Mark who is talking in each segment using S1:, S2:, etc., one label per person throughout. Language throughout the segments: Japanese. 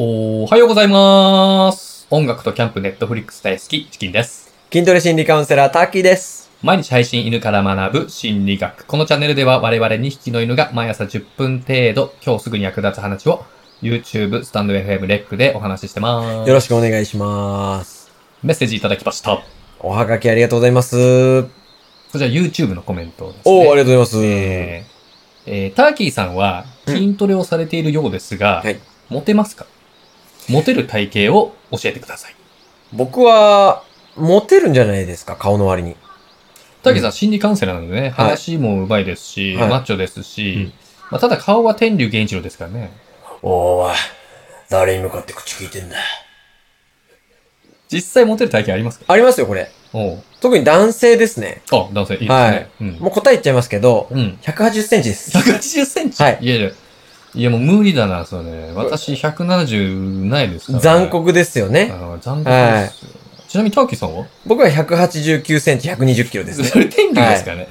S1: おはようございます。音楽とキャンプ、ネットフリックス大好き、チキンです。
S2: 筋トレ心理カウンセラー、タッキーです。
S1: 毎日配信犬から学ぶ心理学。このチャンネルでは我々2匹の犬が毎朝10分程度、今日すぐに役立つ話を YouTube、スタンド FM、レックでお話ししてます。
S2: よろしくお願いします。
S1: メッセージいただきました。
S2: おはがきありがとうございます。
S1: そちら YouTube のコメントです、ね。
S2: おー、ありがとうございます。
S1: えーえーターキーさんは筋トレをされているようですが、
S2: はい
S1: モテますかモテる体型を教えてください。
S2: 僕は、モテるんじゃないですか、顔の割に。
S1: ターキーさん、心理カウンセラーなのでね、話もうまいですし、
S2: はい
S1: マッチョですし、
S2: うん
S1: まあ、ただ顔は天竜源一郎ですからね。
S2: おー、誰に向かって口聞いてんだ。
S1: 実際モテる体型ありますか
S2: ありますよ、これ。
S1: おう
S2: 特に男性ですね。
S1: あ、男性、いいですね。
S2: はい
S1: うん。
S2: もう答え言っちゃいますけど、
S1: うん。
S2: 180センチです。
S1: 180センチ、
S2: はい
S1: いやいや、いやもう無理だな、それ。私、170ないですから、
S2: 残。酷ですよ
S1: あ
S2: ね。
S1: の残酷ですよ、ちなみにターキーさんは
S2: 僕は189センチ、120キロですね。
S1: それ天竜ですからね。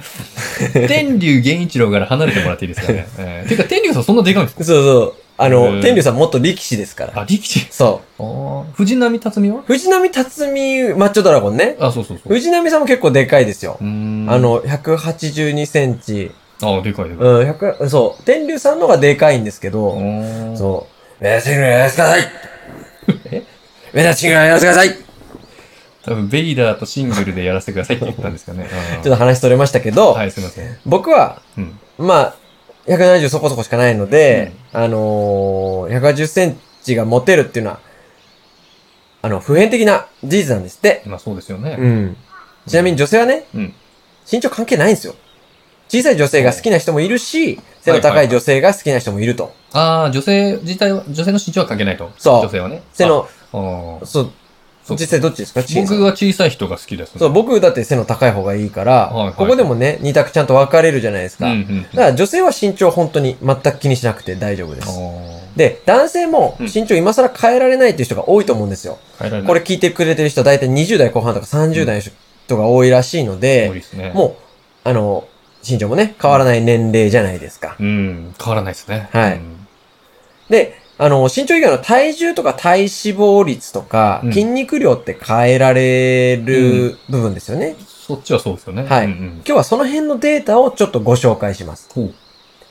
S1: 天竜源一郎から離れてもらっていいですかね。えーてか、天竜さんそんなでかいんですか
S2: そうそう。あ
S1: うん
S2: の、天竜さんもっと力士ですから。
S1: あ、力士。
S2: そ
S1: あー藤波辰巳は
S2: う。藤波辰巳マッチョドラゴンね。
S1: あ、そうそうそう。
S2: 藤波さんも結構でかいですよ
S1: う。ーん
S2: あ、の、182センチ。
S1: あ、でかいでかい。
S2: うん、100、そう。天竜さんのがでかいんですけ
S1: お
S2: ど、
S1: ー
S2: そう。目指してくれ、目指してください
S1: え
S2: 目指してくれ、目指してくださいち
S1: 多分ベイダーとシングルでやらせてくださいって言ったんですか ね。
S2: ょっ
S1: ちょ
S2: と話それましたけど、
S1: はい、すいません。
S2: 僕は、
S1: うん。
S2: まあ、170そこそこしかないので、あのー、180センチが持てるっていうのは、あの、普遍的な事実なんですって。
S1: まあそうですよね。
S2: うん。ちなみに女性はね、
S1: うん
S2: 身長関係ないんですよ。小さい女性が好きな人もいるし、背の高い女性が好きな人もいると。
S1: ああ、女性自体は、女性の身長は関係ないと。
S2: そう
S1: 女性はね。
S2: 背の、
S1: あ。あー
S2: そう、
S1: そう
S2: 実際どっちですか小さい
S1: 僕は小さい人が好きです、ね。
S2: そう、僕だって背の高い方がいいから、
S1: はいはい
S2: ここでもね、二択ちゃんと分かれるじゃないです
S1: うん
S2: か。
S1: うんう
S2: だ
S1: ん。
S2: から女性は身長本当に全く気にしなくて大丈夫です。
S1: あ
S2: で、男性も
S1: うん
S2: 身長今更変えられないっていう人が多いと思うんですよ。
S1: あ、変えられない。
S2: これ聞いてくれてる人大体20代後半とか30代の人が多いらしいの
S1: 多い
S2: で、
S1: ですね。
S2: もう、あの、身長もね、変わらない年齢じゃないですか。
S1: う。うん、変わらないですね。
S2: はい
S1: うん
S2: で、あの、身長以外の体重とか体脂肪率とか、
S1: うん
S2: 筋肉量って変えられる部分ですよね。
S1: そっちはそうですよね。
S2: はい
S1: うんうん
S2: 今、日はその辺のデータをちょっとご紹介します。
S1: ほう。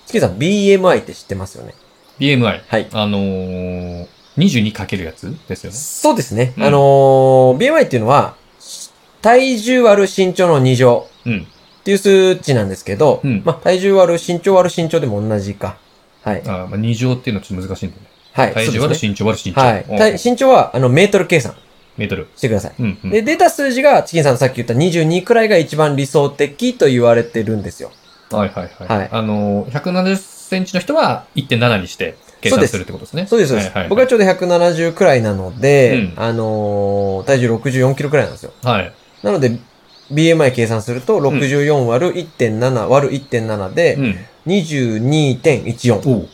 S2: 月さん、BMI って知ってますよね
S1: BMI。
S2: はい。
S1: あのー、22かけるやつですよね。
S2: そうですね。
S1: うん
S2: あのー、BMI っていうのは、体重割る身長の2乗
S1: うん。
S2: っていう数値なんですけど、
S1: うん
S2: まあ、体重割る身長割る身長でも同じか。はい。
S1: あーまあ、二乗っていうのはちょっと難しいんでね。
S2: はい。
S1: 体重
S2: そう
S1: 割
S2: で
S1: る
S2: すね
S1: 身長割る身長。
S2: はい。
S1: おう
S2: 体身長は、あの、メートル計算
S1: メートル。
S2: してください。
S1: うん、うん。
S2: で、出た数字が、チキンさんのさっき言った22くらいが一番理想的と言われてるんですよ。
S1: はいはいはい。
S2: はい
S1: あのー、170センチの人は1.7にして計
S2: そう
S1: 算
S2: です
S1: するってことですね。
S2: そうです、そうです。
S1: はいはいはい
S2: 僕はちょうど170くらいなの
S1: う
S2: で、
S1: ん
S2: あのー体重64キロくらいなんですよ。
S1: はい。
S2: なので、BMI 計算すると、
S1: ん
S2: 64割る1.7割る1.7
S1: う
S2: で、
S1: ん。
S2: 22.14。
S1: おう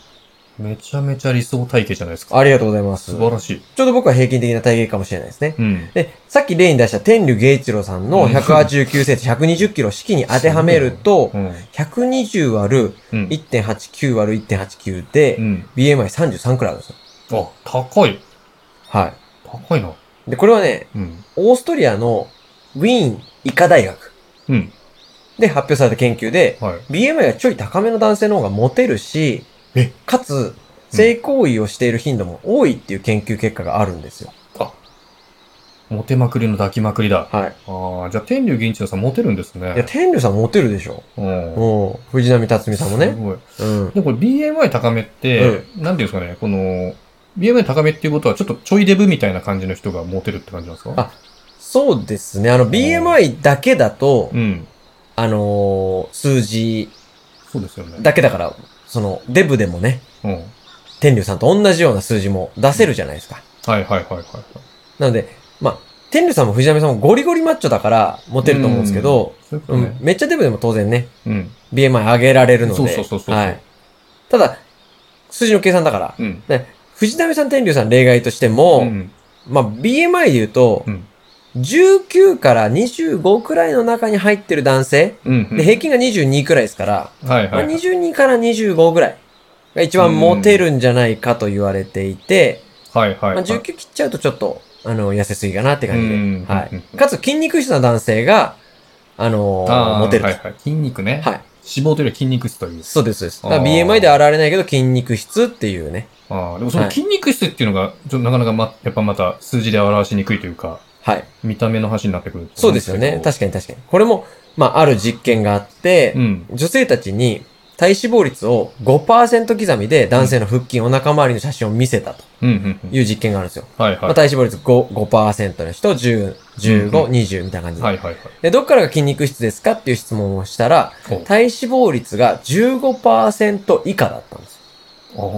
S1: めちゃめちゃ理想体型じゃないですか。
S2: ありがとうございます。
S1: 素
S2: ち
S1: 晴
S2: ょ
S1: らしい。
S2: うど僕は平均的な体型かもしれないですね。
S1: うん。
S2: で、さっき例に出した天竜芸一郎さんの189センチ120キロ式に当てはめると
S1: う、ん。
S2: 120割る
S1: うん。
S2: 1.89割る1.89で
S1: う、ん。
S2: BMI33 くらいあるんですよ。
S1: あ、高い。
S2: は
S1: 高いな。
S2: い。で、これはね、
S1: うん。
S2: オーストリアのウィーン医科大学
S1: うん。
S2: で発表された研究で、
S1: はい。
S2: BMI がちょい高めの男性の方がモテるし
S1: え、
S2: かつ、性行為をしている頻度も多いっていう研究結果があるんですよ。
S1: モテまくりの抱きまくりだ。
S2: はい。
S1: ああ、じゃあ天竜銀一郎さんモテるんですね。
S2: いや、天竜さんモテるでしょ。
S1: うん。
S2: もう、藤波辰巳さんも
S1: す
S2: ね。
S1: ごい。
S2: うん。
S1: でもこれ BMI 高めって、なんていうんですかね、この、BMI 高めっていうことは、ちょっとちょいデブみたいな感じの人がモテるって感じなんですか
S2: あそうですね。あの、BMI だけだと
S1: う、ん。
S2: あのー数字
S1: そうですよね。
S2: だけだから、その、デブでもね、
S1: うん。
S2: 天竜さんと同じような数字も出せるじゃないですか。
S1: はいはいはいはいはい。
S2: なので、まあ、天竜さんも藤波さんもゴリゴリマッチョだからモテると思うんですけど、
S1: そういうこ
S2: う
S1: と
S2: ん、
S1: ね。
S2: めっちゃデブでも当然ね、
S1: うん。
S2: BMI 上げられるので。
S1: そうそうそうそう
S2: はい。ただ、数字の計算だから、
S1: うん。
S2: 藤波さん、天竜さん例外としても、
S1: うん。
S2: まあ、BMI で言うと、
S1: うん
S2: 19から25くらいの中に入ってる男性、
S1: うん。
S2: で、平均が22くらいですから、
S1: 均。はい
S2: ま
S1: は
S2: あ、
S1: いはい。
S2: 22から25ぐらいが一番モテるんじゃないかと言われていて、
S1: はいはい、
S2: ま
S1: は
S2: あ、
S1: い。
S2: 19切っちゃうとちょっと、あの、痩せすぎかなって感じ
S1: うん
S2: で。は
S1: うん
S2: い。かつ、筋肉質な男性が、あの
S1: あー
S2: モテると。
S1: は
S2: はい
S1: はい。筋肉ね。
S2: い。
S1: 脂肪というよりは筋肉質という。
S2: そうです、そうです。だから
S1: あー
S2: BMI では現れないけど、筋肉質っていうね。
S1: ああ、でもその
S2: はい
S1: 筋肉質っていうのが、ちょっとなかなかま、やっぱまた数字で表しにくいというか、
S2: はい。
S1: 見た目の話になってくる
S2: そうですよね。
S1: か
S2: 確かに確かに。これも、まあ、ある実験があって、
S1: うん。
S2: 女性たちに体脂肪率を5%刻みで男性の腹筋、お腹周りの写真を見せたと
S1: うん、うん、うん。
S2: いう実験があるんですよ。
S1: はい
S2: ま
S1: は
S2: あ、
S1: い。
S2: 体脂肪率 5%, 5%の人、10、15、
S1: うんうん
S2: 20みたいな感じで。
S1: はいはいはい。
S2: で、どっからが筋肉質ですかっていう質問をしたら、
S1: ほう
S2: 体脂肪率が15%以下だったんですよ。
S1: ああ、
S2: う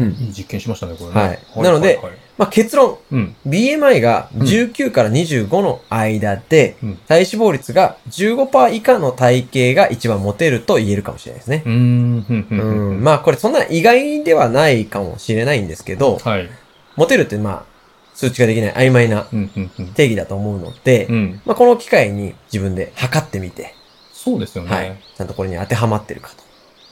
S2: ん
S1: いい実験しましたね、これね。
S2: はいなの
S1: は
S2: で
S1: いはい
S2: まあ、結論、
S1: うん。
S2: BMI が19から25の間で、
S1: うん
S2: 体脂肪率が15%以下の体型が一番モテると言えるかもしれないですね。
S1: うーん、うん、う
S2: うん
S1: うん
S2: ん、
S1: うん。
S2: まあ、これそんな意外ではないかもしれないんですけど、
S1: はい。
S2: モテるってまあ、数値ができない曖昧な
S1: うん、うん、うん。
S2: 定義だと思うので、
S1: うん。
S2: まあ、この機会に自分で測ってみて、
S1: そうですよね。
S2: はい。ちゃんとこれに当てはまってるかと。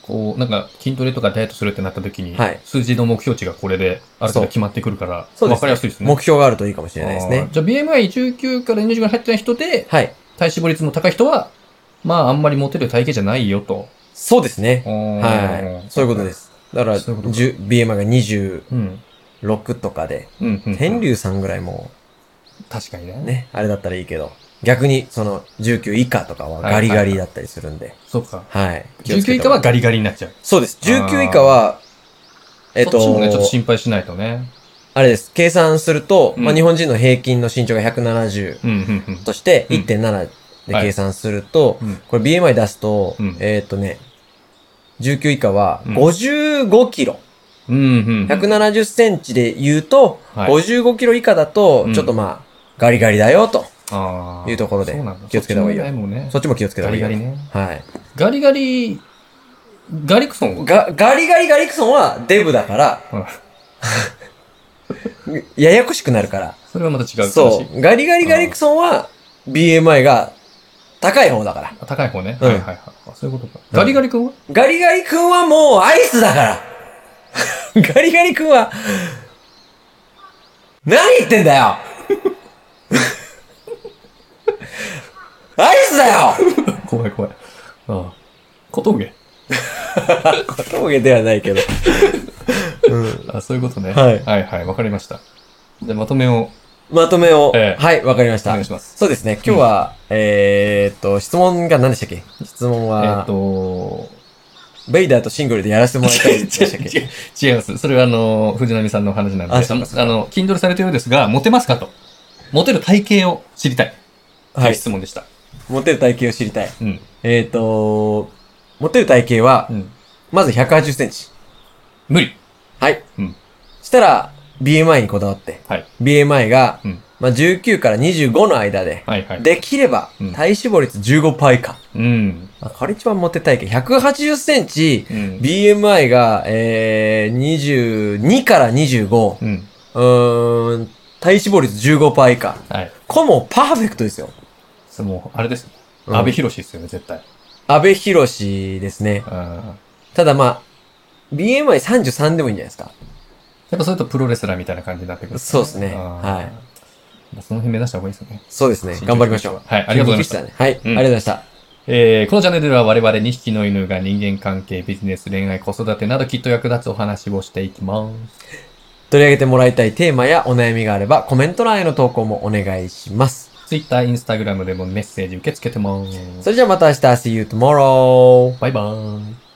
S1: こう、なんか、筋トレとかダイエットするってなった時に、
S2: はい
S1: 数字の目標値がこれで、ある程度決まってくるから、
S2: そうですね
S1: わかりやすいですね。
S2: 目標があるといいかもしれないです
S1: あ
S2: ね
S1: ー。じゃあ BMI19 から20が入ってない人で、
S2: はい。
S1: 体脂肪率の高い人は、まああんまりモテる体型じゃないよと。
S2: そうですね。は。
S1: はい。
S2: そういうことですす。だから、
S1: そういうことか
S2: 10 BMI が26
S1: うん。
S2: とかで、
S1: うん、うん。
S2: 天竜さんぐらいも
S1: 確かにね。
S2: うね、あれだったらいいけど、逆にその19以下とかはガリガリだったりするんで、
S1: そうか。
S2: はい。気を
S1: 19
S2: つけ
S1: 以
S2: た
S1: 下
S2: 方が
S1: はガリガリになっちゃう。
S2: そうです。19以下は、えっ
S1: そっちも
S2: と、
S1: ね、ちょっと心配しないとね。
S2: あれです。計算すると、
S1: うん
S2: まあ日本人の平均の身長が170
S1: うん、うん、うん。
S2: として、
S1: うん
S2: 1.7で
S1: はい
S2: 計算すると、
S1: うん
S2: これ BMI 出すと、
S1: うん
S2: えーっとね、19以下は
S1: うん
S2: 55キロ。
S1: うん、うん。
S2: 170センチで言うと、
S1: はい
S2: 55キロ以下だと
S1: う、ん
S2: ちょっとまあ、ガリガリだよと。
S1: あー
S2: いうところで
S1: そうなんだ
S2: 気をつけた方がいいよ
S1: そっちの問題もね
S2: そっちも気をつけた
S1: ガ
S2: 方がい
S1: リ
S2: いよ
S1: ガリね。
S2: はい。
S1: ガリガリ、ガリクソンは
S2: が、ガリガリガリクソンはデブだから、
S1: うん
S2: ややこしくなるから。
S1: それはまた違う。
S2: そ
S1: 話
S2: う。ガリガリガリクソンは、BMI が高い方だから。
S1: 高い方ね。
S2: うん
S1: はいはいはい。あそういうことか。ガリガリ君は
S2: ガリガリ君はもうアイスだからガリガリ君は、何言ってんだよアイスだよ
S1: 怖い怖い。ああ。小峠。
S2: 小峠ではないけど。うん、
S1: あ、そういうことね。
S2: はい
S1: はいはい。わかりました。じゃあまとめを。
S2: まとめを、
S1: ええ
S2: はい、わかりました。
S1: お願いします
S2: そうですね、今日は、えー、っと、質問が何でしたっけ質問
S1: えっ
S2: は、
S1: と、
S2: ベイダーとシングルでやらせてもらいたいでしたっけ
S1: 違います。それはあの、藤波さんのお話なんで、
S2: あそうですか
S1: あの、筋トレされてるようですが、モテますかと。モテる体型を知りたい。と
S2: は
S1: いう
S2: い。
S1: 質問でした。
S2: モテる体型を知りたい。
S1: うん。
S2: えー、っと、モテる体型は、
S1: うん。
S2: まず180センチ。
S1: 無理。
S2: はい。
S1: うん
S2: したら、BMI にこだわって。
S1: はい。
S2: BMI が、
S1: うん
S2: まあ、19から25の間で、
S1: はいはい。、
S2: できれば、
S1: うん
S2: 体脂肪率15%以下。
S1: うん。
S2: まあこれ一番モテたいけど、180センチ、
S1: うん。
S2: BMI が、えー、22から25。
S1: うん。
S2: うーん、体脂肪率15%以下。
S1: はい。
S2: これもうパーフェクトですよ。
S1: それもう、あれです。
S2: うん
S1: 安倍博士ですよね、絶対。
S2: 安倍博士ですね。
S1: うん。や
S2: ただまあ、BMI33 でもいいんじゃないですか。
S1: っぱそれとプロレスラーみたいな感じになってくる。。
S2: そうですねはい
S1: その辺目指した方がいいですよね。
S2: そうですね。頑張りましょう。
S1: はい、ありがとうございました。
S2: た。ね、はい、
S1: うん
S2: ありがとうございました。
S1: えーこのチャンネルでは我々2匹の犬が人間関係、ビジネス、恋愛、子育てなどきっと役立つお話をしていきます。
S2: 取り上げてもらいたいテーマやお悩みがあればコメント欄への投稿もお願いします。
S1: Twitter、Instagram でもメッセージ受け付けてま
S2: そ
S1: す。
S2: れじゃあまた明日、See you tomorrow!
S1: バイバーイ。